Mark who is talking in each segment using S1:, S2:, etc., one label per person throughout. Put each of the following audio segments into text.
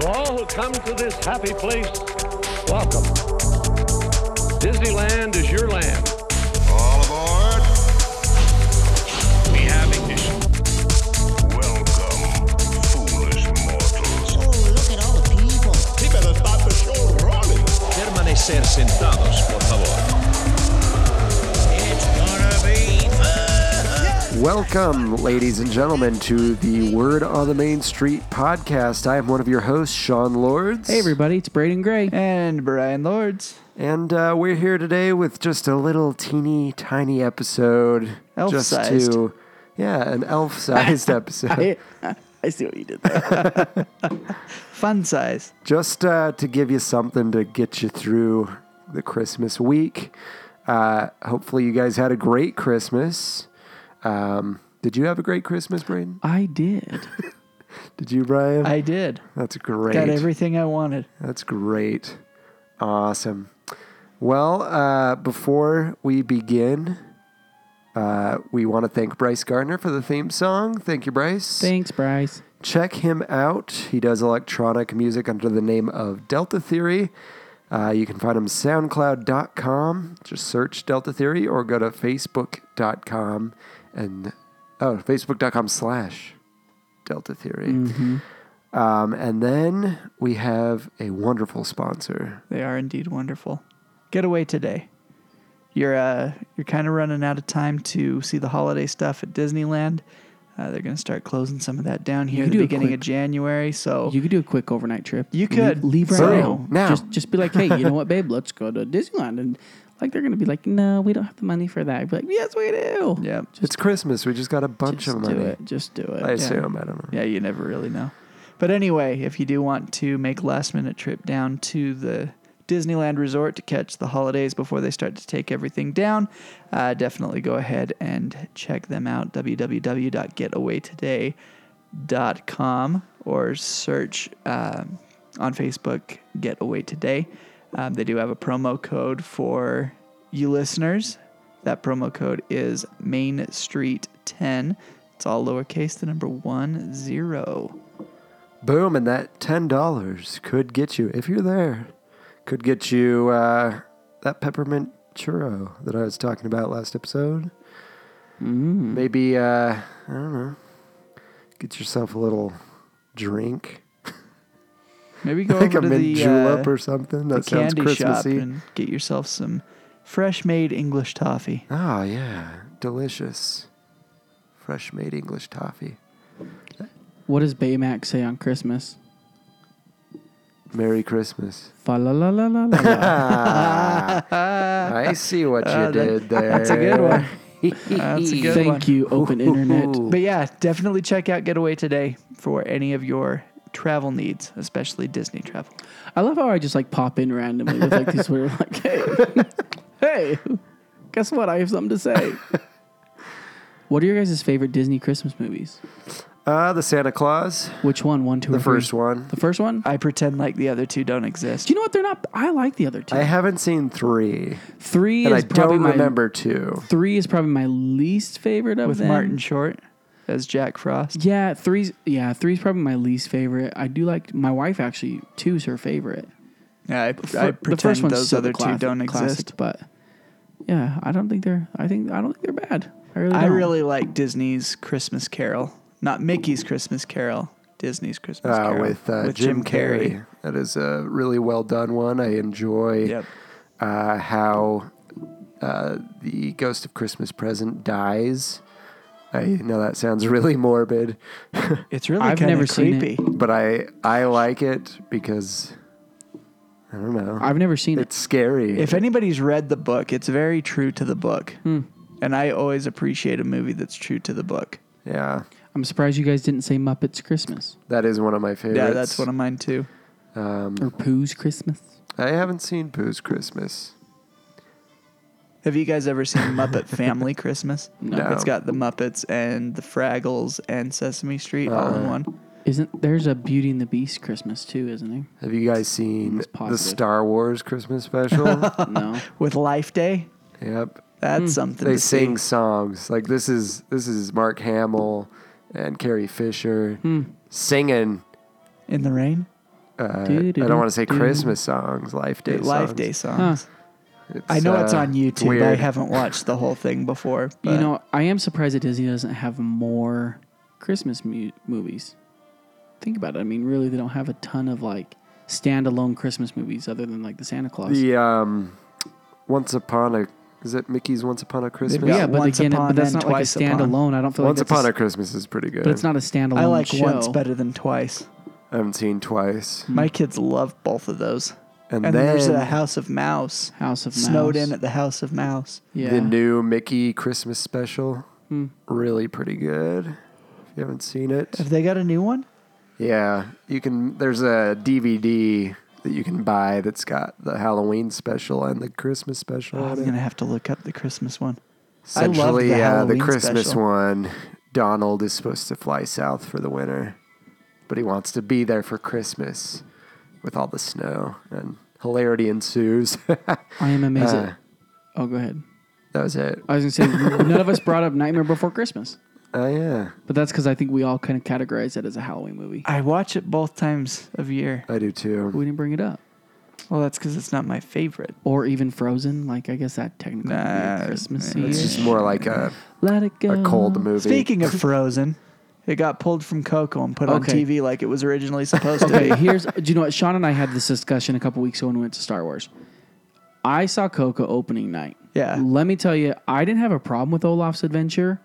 S1: come to this happy place, welcome. Disneyland is your land.
S2: All aboard.
S3: We have ignition.
S2: Welcome, foolish mortals.
S4: Oh, look at all the people.
S2: Keep it about the show rolling.
S3: Permanecer sentados, por favor.
S5: Welcome, ladies and gentlemen, to the Word on the Main Street podcast. I am one of your hosts, Sean Lords.
S6: Hey, everybody, it's Braden Gray.
S7: And Brian Lords.
S5: And uh, we're here today with just a little teeny tiny episode. just
S7: Elf-sized.
S5: to, yeah, an elf sized episode.
S7: I see what you did there. Fun size.
S5: Just uh, to give you something to get you through the Christmas week. Uh, hopefully, you guys had a great Christmas. Um, did you have a great Christmas, Braden?
S7: I did.
S5: Did you, Brian?
S7: I did.
S5: That's great.
S7: Got everything I wanted.
S5: That's great. Awesome. Well, uh, before we begin, uh, we want to thank Bryce Gardner for the theme song. Thank you, Bryce.
S6: Thanks, Bryce.
S5: Check him out. He does electronic music under the name of Delta Theory. Uh, you can find him soundcloud.com. Just search Delta Theory or go to facebook.com and, oh, facebook.com slash Delta Theory.
S6: Mm-hmm.
S5: Um, and then we have a wonderful sponsor.
S7: They are indeed wonderful. Get away today. You're uh, you're kind of running out of time to see the holiday stuff at Disneyland. Uh, they're going to start closing some of that down here at
S6: could
S7: the
S6: do a
S7: beginning
S6: quick-
S7: of January. So
S6: You could do a quick overnight trip.
S7: You could.
S6: leave, leave right
S5: So,
S6: now.
S5: now.
S6: Just just be like, hey, you know what, babe? Let's go to Disneyland, and like they're gonna be like, no, we don't have the money for that. I'd be like, yes, we do.
S7: yeah,
S5: It's Christmas. We just got a bunch
S6: Just
S5: of
S6: do
S5: money.
S6: it. Just do it.
S5: I assume. I don't know.
S7: Yeah, you never really know. But anyway, if you do want to make last minute trip down to the Disneyland Resort to catch the holidays before they start to take everything down, uh, definitely go ahead and check them out. www.getawaytoday.com or search um, on Facebook Get Away Today. Um, they do have a promo code for you listeners. That promo code is Main Street 10. It's all lowercase, the number one zero.
S5: Boom, and that ten dollars could get you if you're there. Could get you uh, that peppermint churro that I was talking about last episode.
S7: Mm.
S5: Maybe uh, I don't know. Get yourself a little drink,
S7: Maybe go
S5: like
S7: over
S5: a
S7: to
S5: mint
S7: the, uh,
S5: julep or something.
S7: the
S5: That sounds
S7: candy shop
S5: Christmassy.
S7: and get yourself some fresh made English toffee.
S5: Oh yeah, delicious, fresh made English toffee.
S6: What does Baymax say on Christmas?
S5: Merry Christmas.
S6: Fa la la la la la. la.
S5: I see what you did there.
S7: Uh, That's a good one. That's a good one.
S6: Thank you, open internet.
S5: Ooh.
S7: But yeah, definitely check out Getaway Today for any of your travel needs, especially Disney travel.
S6: I love how I just like pop in randomly with like these weird like, hey, hey, guess what? I have something to say. what are your guys' favorite Disney Christmas movies?
S5: Uh, the Santa Claus,
S6: Which one? One, two,
S5: the
S6: or three?
S5: first one.
S6: The first one.
S7: I pretend like the other two don't exist.
S6: Do you know what? They're not. I like the other two.
S5: I haven't seen three,
S6: three
S5: and I
S6: is probably
S5: don't
S6: my
S5: remember two.
S6: three is probably my least favorite of
S7: With
S6: them.
S7: Martin Short as Jack Frost.
S6: Yeah, three's yeah three's probably my least favorite. I do like my wife actually. Two's her favorite.
S7: Yeah, I, I
S6: Fir-
S7: pretend
S6: one's
S7: those
S6: still the
S7: other
S6: classic-
S7: two don't
S6: classic,
S7: exist.
S6: but yeah, I don't think they're. I think I don't think they're bad. I really.
S7: I
S6: don't.
S7: really like Disney's Christmas Carol, not Mickey's Christmas Carol. Disney's Christmas
S5: Uh,
S7: Carol
S5: with, uh, Jim, Carrey. that is a really well done one. I enjoy
S7: Yep.
S5: uh, how uh, the Ghost of Christmas Present dies. I know that sounds really morbid,
S7: It's really
S6: I've
S7: kind
S6: never
S7: of
S6: seen it.
S7: creepy.
S5: but I I like it because I don't know.
S6: I've never seen
S5: it's scary.
S7: If anybody's read the book, it's very true to the book,
S5: Hmm.
S7: and I always appreciate a movie that's true to the book.
S5: yeah,
S6: it. I'm surprised you guys didn't say Muppets Christmas
S5: that is one of my favorites.
S7: Yeah, that's one of mine too.
S6: or Pooh's Christmas.
S5: I haven't seen Pooh's Christmas.
S7: Have you guys ever seen Muppet Family Christmas?
S5: No.
S7: It's got the Muppets and the Fraggles and Sesame Street all
S5: Uh.
S7: in one.
S6: Isn't there's a Beauty and the Beast Christmas too? Isn't
S5: Have you guys seen
S6: It's
S5: the
S6: positive.
S5: Star Wars Christmas special?
S6: there? No.
S7: With Life Day,
S5: yep.
S7: that's something.
S5: Hmm. They
S7: to see.
S5: sing songs. Like this is this is Mark
S7: Hmm.
S5: Hamill and Carrie Fisher singing
S7: in the rain.
S5: uh, I
S6: Doo-doo-doo.
S5: don't want to say Christmas songs, Life Day
S7: Life
S5: songs.
S7: Day songs.
S5: It's,
S7: I know it's
S5: uh,
S7: on YouTube. I
S5: weird.
S7: haven't watched the whole thing before. But
S6: You know, I am surprised that Disney doesn't have more Christmas mu- movies. Think about it. I mean, really, they don't have a ton of like standalone Christmas movies other than like the Santa Claus.
S5: the um, Once Upon a is it Mickey's Once Upon a Christmas?
S7: got
S6: yeah, but
S7: Once
S6: again,
S7: Upon
S6: but that's
S7: and
S6: not like a
S7: Twice Upon.
S6: standalone. I don't feel
S5: Once
S6: like that's
S5: Upon
S6: a,
S5: a Christmas is pretty good.
S6: but it's not a standalone.
S7: I like
S6: show.
S7: once better than twice.
S5: I haven't seen twice.
S6: Hmm.
S7: My kids love both of those.
S5: And,
S7: And, then
S5: then
S7: there's a House of Mouse.
S6: House of
S7: Snowed
S6: Mouse.
S7: in at the House of Mouse.
S6: Yeah,
S5: the new Mickey Christmas special,
S7: Hmm.
S5: really pretty good. If you haven't seen it,
S7: Have they got a new one?
S5: yeah, you can. There's a DVD that you can buy that's got the Halloween special and the Christmas special.
S7: Oh,
S5: on
S7: I'm
S5: it.
S7: gonna have to look up the Christmas one. I love the
S5: Essentially, uh, the
S7: Halloween
S5: Christmas
S7: special.
S5: one, Donald is supposed to fly south for the winter, but he wants to be there for Christmas with all the snow, and hilarity ensues. that
S6: I am amazed. at-
S5: uh,
S6: oh, go ahead.
S5: was it.
S6: I was gonna say none of us brought up Nightmare Before Christmas,
S5: Oh, yeah.
S6: but that's because I think we all kind of categorize that as a Halloween movie.
S7: I watch it both times of year.
S5: I do too.
S6: we didn't bring it up,
S7: Well, that's because it's not my favorite.
S6: or even Frozen. Like I guess that technically would be a
S7: Nah,
S6: Christmassy.
S7: it's
S5: It's more like a,
S6: Let it go.
S5: a cold movie.
S7: Um, Speaking of Frozen, it got pulled from Coco and put
S6: Okay.
S7: on TV like it was originally supposed to be.
S6: Okay, here's. Do you know what? Sean and I had this discussion a couple weeks ago when we went to Star Wars. I saw Coco opening night.
S7: Yeah.
S6: Let me tell you, I didn't have a problem with Olaf's adventure,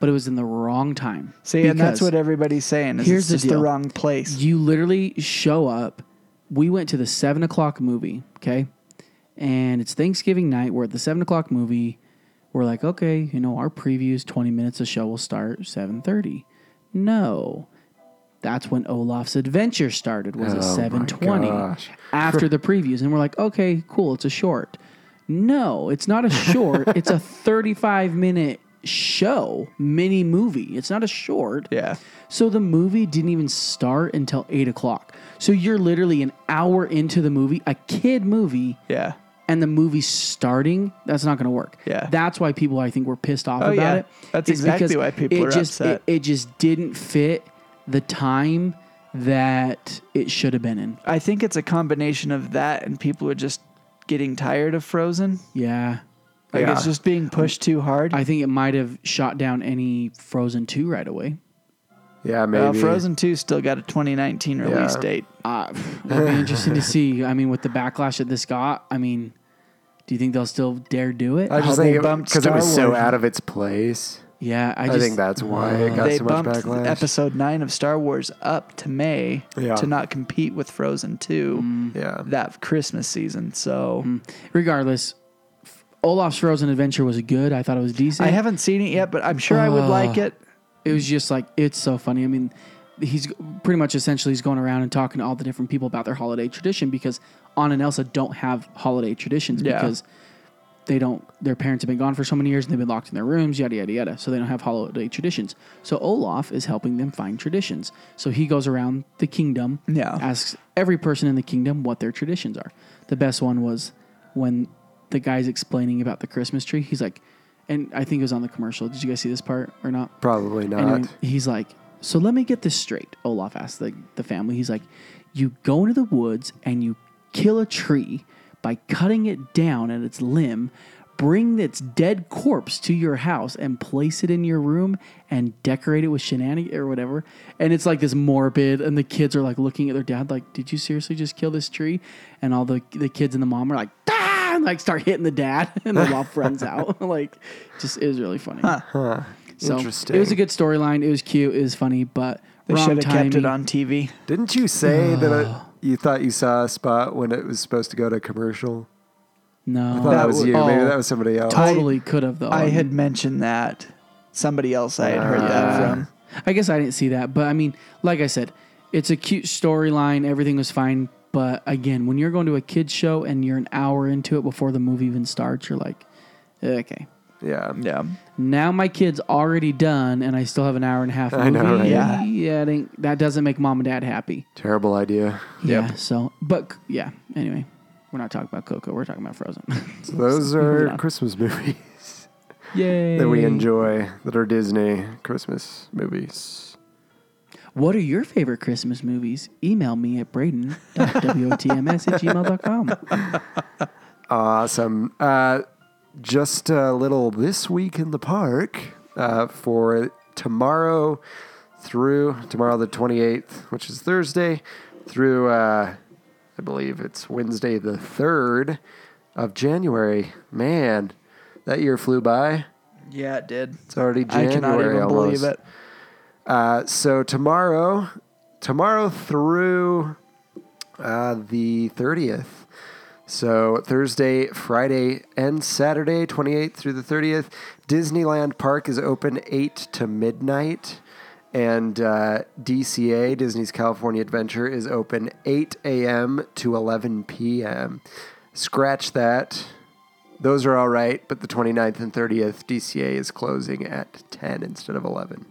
S6: but it was in the wrong time.
S7: See, and that's
S6: Because
S7: what everybody's saying. Is
S6: Here's
S7: it's
S6: the
S7: just the,
S6: deal.
S7: wrong place.
S6: you literally show up. We went to the seven o'clock movie, okay, and it's Thanksgiving night. We're at the seven o'clock movie. We're like, okay, you know, our preview is twenty minutes. The show will start seven thirty. No, that's when Olaf's adventure started. Was
S5: Oh, my
S6: at seven twenty
S5: gosh.
S6: after the previews, and we're like, okay, cool, it's a short. No, it's not a short. it's a thirty-five minute show, mini movie. It's not a short.
S7: yeah.
S6: So the movie didn't even start until eight o'clock. So you're literally an hour into the movie, a kid movie,
S7: Yeah.
S6: and the movie's starting. That's not going to work.
S7: Yeah.
S6: that's why people I think were pissed off
S7: Oh,
S6: about
S7: yeah.
S6: it.
S7: That's
S6: is because
S7: exactly why people
S6: it
S7: are
S6: just,
S7: upset.
S6: It, it just didn't fit the time that it should have been in.
S7: I think it's a combination of that and people are just getting tired of Frozen.
S6: Yeah,
S7: Like
S5: Yeah.
S7: it's just being pushed too hard.
S6: I think it might have shot down any Frozen two right away.
S5: yeah, maybe.
S7: Well, Frozen 2 still got a 2019 release
S5: Yeah.
S7: date.
S6: Uh, it'll be interesting to see. I mean, with the backlash that this got, I mean, do you think they'll still dare do it?
S5: I just
S7: How they
S5: think
S7: bumped
S5: because it,
S7: Star
S5: was so
S7: Wars.
S5: out of its place.
S6: Yeah, I,
S5: I,
S6: just, Uh,
S5: think that's why it got
S7: they
S5: so much
S7: bumped
S5: backlash.
S7: episode 9 of Star Wars up to May
S5: Yeah. Mm.
S7: to not compete with Frozen 2
S5: yeah.
S7: that Christmas season. So
S5: Mm.
S6: Regardless, F- Olaf's Frozen Adventure was good. I thought it was decent.
S7: I haven't seen it yet, but I'm sure I would like it.
S6: It was just like it's so funny. I mean, he's pretty much essentially he's going around and talking to all the different people about their holiday tradition because Anna and Elsa don't have holiday traditions
S7: Yeah.
S6: because they don't. Their parents have been gone for so many years and they've been locked in their rooms, yada yada yada. So they don't have holiday traditions. So Olaf is helping them find traditions. So he goes around the kingdom,
S7: Yeah.
S6: asks every person in the kingdom what their traditions are. The best one was when the guy's explaining about the Christmas tree. He's like, and I think it was on the commercial. Did you guys see this part or not?
S5: Probably not.
S6: Anyway, he's like, so let me get this straight. Olaf asked the, the family. He's like, you go into the woods and you kill a tree by cutting it down at its limb, bring its dead corpse to your house and place it in your room and decorate it with shenanigans or whatever. And it's like this morbid, and the kids are like looking at their dad like, did you seriously just kill this tree? And all the, the kids and the mom are like, ah! and like start hitting the dad, and Olaf runs out. like, just it was really funny. So
S5: Interesting.
S6: It was a good storyline. It was cute. It was funny, but
S7: They
S6: wrong
S7: should have
S6: timing.
S7: kept it on TV.
S5: Didn't you say that it, you thought you saw a spot when it was supposed to go to commercial?
S6: No,
S5: I thought that, was, you. Maybe
S7: oh,
S5: that was somebody else.
S6: totally could have though. Um,
S7: I had mentioned that. Somebody else I had heard that from.
S6: I guess I didn't see that, but I mean, like I said, it's a cute storyline. Everything was fine, but again, when you're going to a kids show and you're an hour into it before the movie even starts, you're like, okay,
S5: Yeah.
S7: Yeah.
S6: now my kid's already done, and I still have an hour and a half. Movie.
S5: I know, right?
S6: Yeah,
S7: Yeah.
S6: yeah, it ain't- that doesn't make mom and dad happy.
S5: Terrible idea.
S6: Yeah. So, but c- yeah. Anyway, we're not talking about Coco. We're talking about Frozen.
S5: So those
S6: moving
S5: are
S6: on.
S5: Christmas movies
S6: Yay!
S5: that we enjoy that are Disney Christmas movies.
S6: What are your favorite Christmas movies? Email me at braden.wotms at gmail.com.
S5: Awesome. Uh, just a little this week in the park uh, for tomorrow through tomorrow the 28th, which is Thursday, through uh, I believe it's Wednesday the 3rd of January. Man, that year flew by.
S7: Yeah, it did.
S5: It's already January.
S7: I cannot even
S5: almost.
S7: believe it.
S5: Uh, so tomorrow, tomorrow through uh, the 30th. So Thursday, Friday, and Saturday, 28th through the 30th, Disneyland Park is open 8 to midnight. And uh, DCA, Disney's California Adventure, is open 8 a.m. to 11 p.m. Scratch that. Those are all right, but the 29th and 30th, DCA is closing at 10 instead of 11.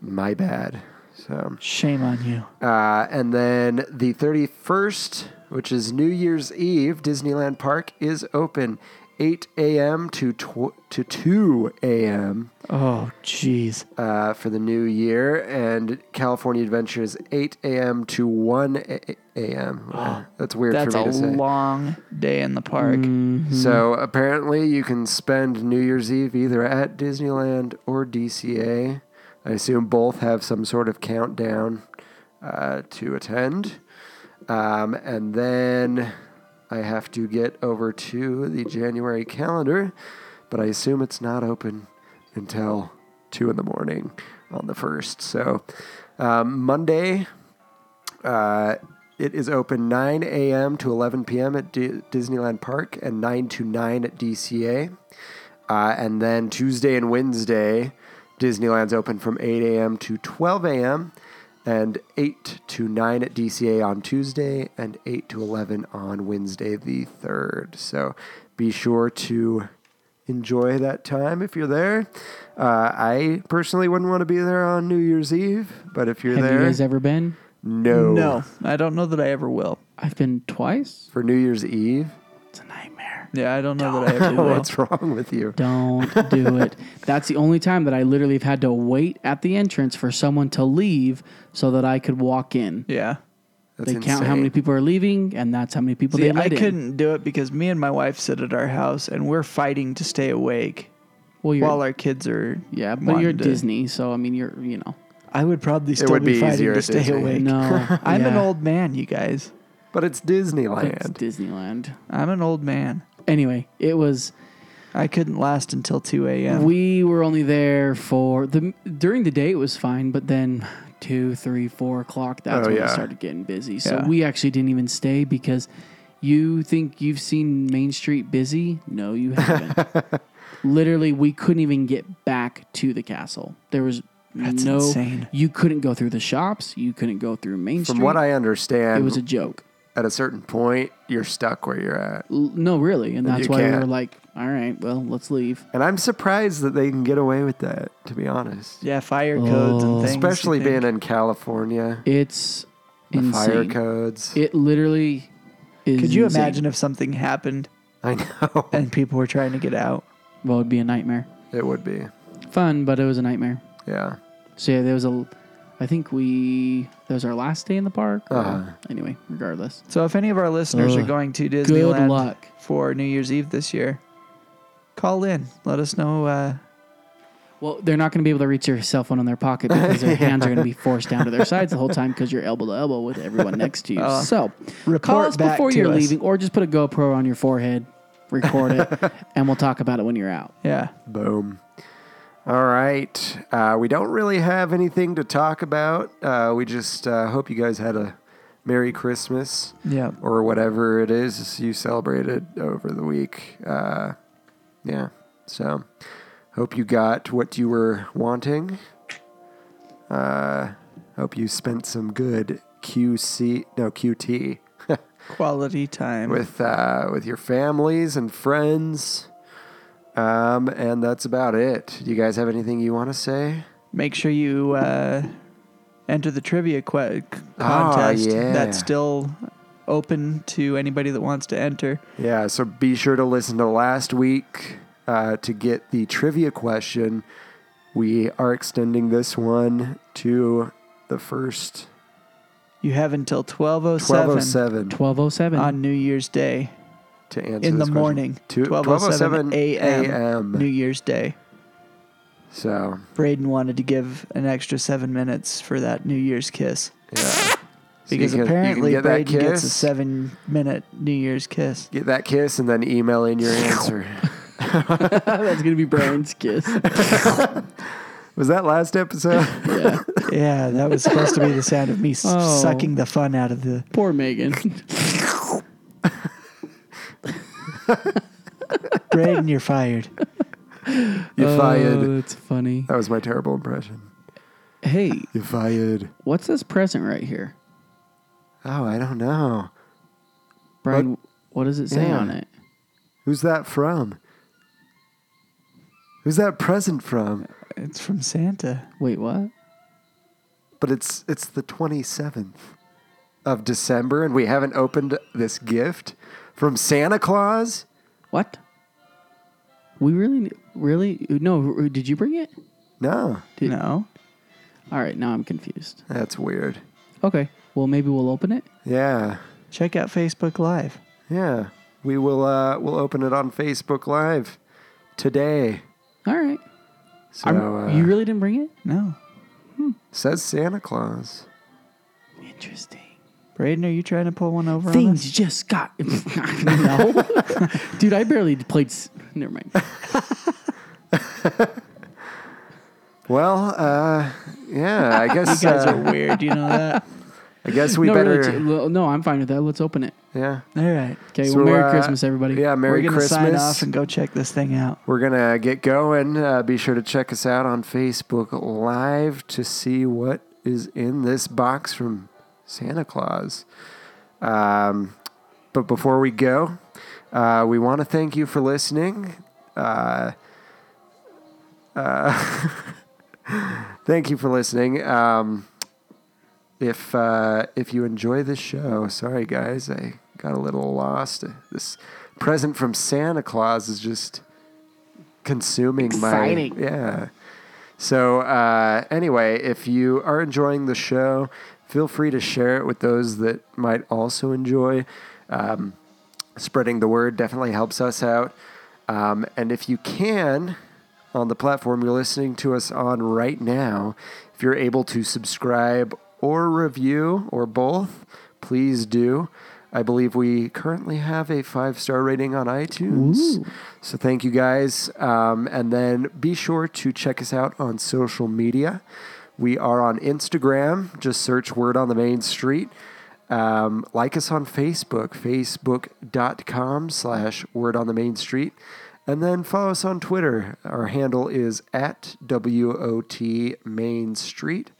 S5: My bad. So.
S7: Shame on you.
S5: Uh, and then the 31st, which is New Year's Eve, Disneyland Park is open 8 a.m. to tw- to 2 a.m.
S7: Oh, jeez.
S5: Uh, for the new year, and California Adventure is 8 a.m. to 1 a- a.m. Uh, That's weird
S7: That's
S5: for
S7: a
S5: me to say. Mm.
S7: long day in the park.
S5: So apparently, you can spend New Year's Eve either at Disneyland or DCA. I assume both have some sort of countdown uh, to attend. Um, and then I have to get over to the January calendar, but I assume it's not open until 2 in the morning on the 1st. So um, Monday, uh, it is open 9 a.m. to 11 p.m. at D- Disneyland Park and 9 to 9 at DCA. Uh, and then Tuesday and Wednesday, Disneyland's open from 8 a.m. to 12 a.m. and 8 to 9 at DCA on Tuesday and 8 to 11 on Wednesday the 3rd. So be sure to enjoy that time if you're there. Uh, I personally wouldn't want to be there on New Year's Eve, but if you're
S6: Have
S5: there,
S6: you guys ever been?
S5: no.
S7: No, I don't know that I ever will.
S6: I've been twice.
S5: for New Year's Eve.
S6: It's a nightmare.
S7: Yeah, I don't know that I ever will.
S5: What's wrong with you?
S6: Don't do it. That's the only time that I literally have had to wait at the entrance for someone to leave so that I could walk in.
S7: Yeah.
S5: That's
S6: They count how many
S5: insane.
S6: people are leaving, and that's how many people
S7: See,
S6: they
S7: I
S6: let in.
S7: couldn't do it because me and my wife sit at our house and we're fighting to stay awake
S6: Well, you're,
S7: while our kids are.
S6: yeah, but
S7: wanting
S6: you're
S7: to-
S6: Disney, so I mean, you're you know,
S7: I would probably still
S5: would
S7: be,
S5: be
S7: fighting
S5: easier
S7: to
S5: at
S7: stay
S5: Disney.
S7: awake.
S6: no,
S7: I'm an
S6: yeah,
S7: old man, you guys.
S5: But it's
S6: It's
S5: Disneyland.
S6: Disneyland.
S7: I'm an old man.
S6: Anyway, it was.
S7: I couldn't last until 2 a.m.
S6: We were only there for the during the day. It was fine, but then two, three, four o'clock. That's
S5: Oh,
S6: when
S5: yeah.
S6: it started getting busy. So
S7: Yeah.
S6: we actually didn't even stay because you think you've seen Main Street busy? No, you haven't. Literally, we couldn't even get back to the castle. There was
S7: That's
S6: no.
S7: insane.
S6: You couldn't go through the shops. You couldn't go through Main Street.
S5: From what I
S6: it
S5: understand,
S6: was a joke.
S5: at a certain point, you're stuck where you're at.
S6: L- No, really, and that's
S5: you
S6: why we
S5: can't.
S6: were like, "All right, well, let's leave."
S5: And I'm surprised that they can get away with that, to be honest.
S7: Yeah, fire codes
S6: Oh.
S7: and things. you
S5: Especially
S7: think.
S5: being in California,
S6: It's
S5: the
S6: insane.
S5: fire codes.
S6: It literally is.
S7: Could you
S6: insane.
S7: imagine if something happened
S5: I know
S7: and people were trying to get out?
S6: Well, it'd be a nightmare.
S5: it would be.
S6: Fun, but it was a nightmare.
S5: Yeah.
S6: So yeah, there was a. I think we that was our last day in the park.
S5: Uh-huh.
S6: Anyway, regardless,
S7: So if any of our listeners are
S6: Ugh.
S7: going to Disneyland
S6: luck.
S7: for New Year's Eve this year, call in. Let us know. Uh,
S6: well, they're not going to be able to reach their cell phone in their pocket because their hands are going to be forced down to their sides the whole time because you're elbow to elbow with everyone next to you.
S7: Oh.
S6: so call
S7: Report
S6: us
S7: back
S6: before
S7: to
S6: you're
S7: us.
S6: leaving, or just put a GoPro on your forehead, record it, and we'll talk about it when you're out.
S7: yeah.
S5: Boom. All right. Uh, we don't really have anything to talk about. Uh, we just uh, hope you guys had a Merry Christmas.
S7: Yeah.
S5: or whatever it is you celebrated over the week. Uh, yeah. So, hope you got what you were wanting. Uh, hope you spent some good QC, no QT,
S7: Quality time.
S5: with uh, with your families and friends. Um, and that's about it. Do you guys have anything you want to say?
S7: Make sure you uh, enter the trivia que- contest
S5: Ah, yeah.
S7: that's still open to anybody that wants to enter.
S5: Yeah, so be sure to listen to last week uh, to get the trivia question. We are extending this one to the first
S7: You have until
S5: 1207
S7: 1207
S6: 1207.
S7: on New Year's Day
S5: to answer
S7: in
S5: this
S7: the
S5: question.
S7: morning.
S5: Two-
S7: 1207
S5: a.m.
S7: New Year's Day.
S5: So
S7: Braden wanted to give an extra seven minutes for that New Year's kiss.
S5: yeah,
S7: Because
S5: you can- you can
S7: apparently
S5: get that
S7: Braden gets a
S5: kiss.
S7: seven minute New Year's kiss.
S5: get that kiss and then email in your answer.
S6: That's going to be Brian's kiss.
S5: Was that last episode?
S6: Yeah.
S7: Yeah, that was supposed to be the sound of me s
S6: Oh.
S7: sucking the fun out of the.
S6: Poor Megan.
S7: Braden, you're fired.
S5: you
S6: Oh,
S7: Uh,
S5: fired.
S6: that's funny.
S5: That was my terrible impression.
S6: Hey,
S5: You fired.
S6: what's this present right here?
S5: Oh, I don't know.
S6: Brian, what does it say
S5: Yeah.
S6: on it?
S5: Who's that from? Who's that present from?
S7: It's from Santa.
S6: Wait, what?
S5: But it's it's the 27th of December and we haven't opened this gift from Santa Claus?
S6: What? We really, really? No, did you bring it?
S5: No,
S6: Did-
S7: No.
S6: All right, now I'm confused.
S5: that's weird.
S6: Okay, well, maybe we'll open it.
S5: Yeah.
S7: Check out Facebook Live.
S5: Yeah. We will uh we'll open it on Facebook Live today.
S6: All right.
S5: So
S6: I'm-
S5: uh,
S6: you really didn't bring it?
S7: No.
S5: says Santa Claus.
S6: Interesting.
S7: Braden, are you trying to pull one over on
S6: Things
S7: us?
S6: just got. no. Dude, I barely played. s- Never mind.
S5: Well, uh yeah, I guess
S7: You guys
S5: uh,
S7: are weird, you know that?
S5: I guess we
S6: no,
S5: better
S6: really, t- no, I'm fine with that. Let's open it.
S5: yeah.
S7: All right.
S6: Okay,
S5: So,
S6: well, Merry
S5: uh,
S6: Christmas, everybody.
S5: Yeah, Merry
S7: We're gonna
S5: Christmas.
S7: sign off and go check this thing out.
S5: We're going to get going. Uh, be sure to check us out on Facebook Live to see what is in this box from Santa Claus. Um, but before we go, uh, we want to thank you for listening. Uh, uh, thank you for listening. Um, if uh, if you enjoy this show, sorry guys, I got a little lost. This present from Santa Claus is just consuming
S6: Exciting.
S5: my yeah. So uh, anyway, if you are enjoying the show, feel free to share it with those that might also enjoy. Um, spreading the word definitely helps us out. Um, and if you can, on the platform you're listening to us on right now, if you're able to subscribe or review or both, please do. I believe we currently have a five star rating on iTunes. So thank you guys. Um, and then be sure to check us out on social media. We are on Instagram, just search Word on the Main Street. Um, like us on Facebook, facebook.com slash word on the main street. And then follow us on Twitter. Our handle is at WOT Main Street.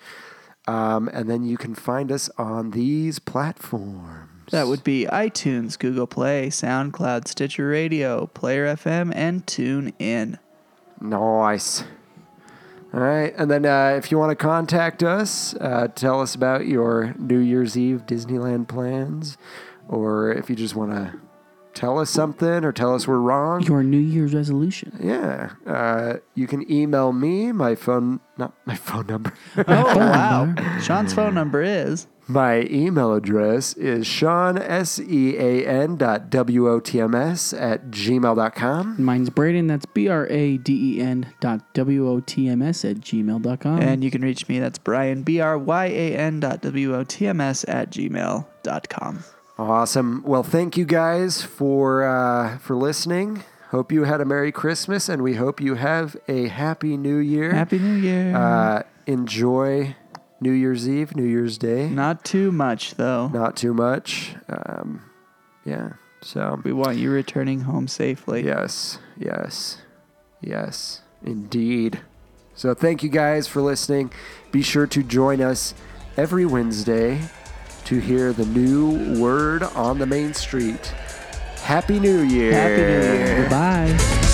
S5: Um, and then you can find us on these platforms.
S7: That would be iTunes, Google Play, SoundCloud, Stitcher Radio, Player FM, and TuneIn.
S5: Nice. All right. And then uh, if you want to contact us, uh, tell us about your New Year's Eve Disneyland plans, or if you just want to tell us something or tell us we're wrong.
S6: Your New Year's resolution.
S5: Yeah. Uh, you can email me, my phone, not my phone number.
S7: Oh, wow. Sean's phone number is
S5: my email address is Sean, S E A N dot W O T M S at gmail.com.
S6: Mine's Braden. That's B R A D E N dot W O T M S at gmail.com.
S7: And you can reach me. That's Brian, B R Y A N dot W O T M S at gmail dot com.
S5: Awesome. Well, thank you guys for uh, for listening. Hope you had a Merry Christmas and we hope you have a Happy New Year.
S7: Happy New Year.
S5: uh, enjoy New Year's Eve, New Year's Day.
S7: Not too much, though.
S5: Not too much. Um, yeah. So
S7: We want you returning home safely.
S5: Yes, yes, yes, indeed. So, thank you guys for listening. Be sure to join us every Wednesday to hear the new word on the main street. Happy New Year!
S7: Happy New Year.
S6: Goodbye.
S4: Oh.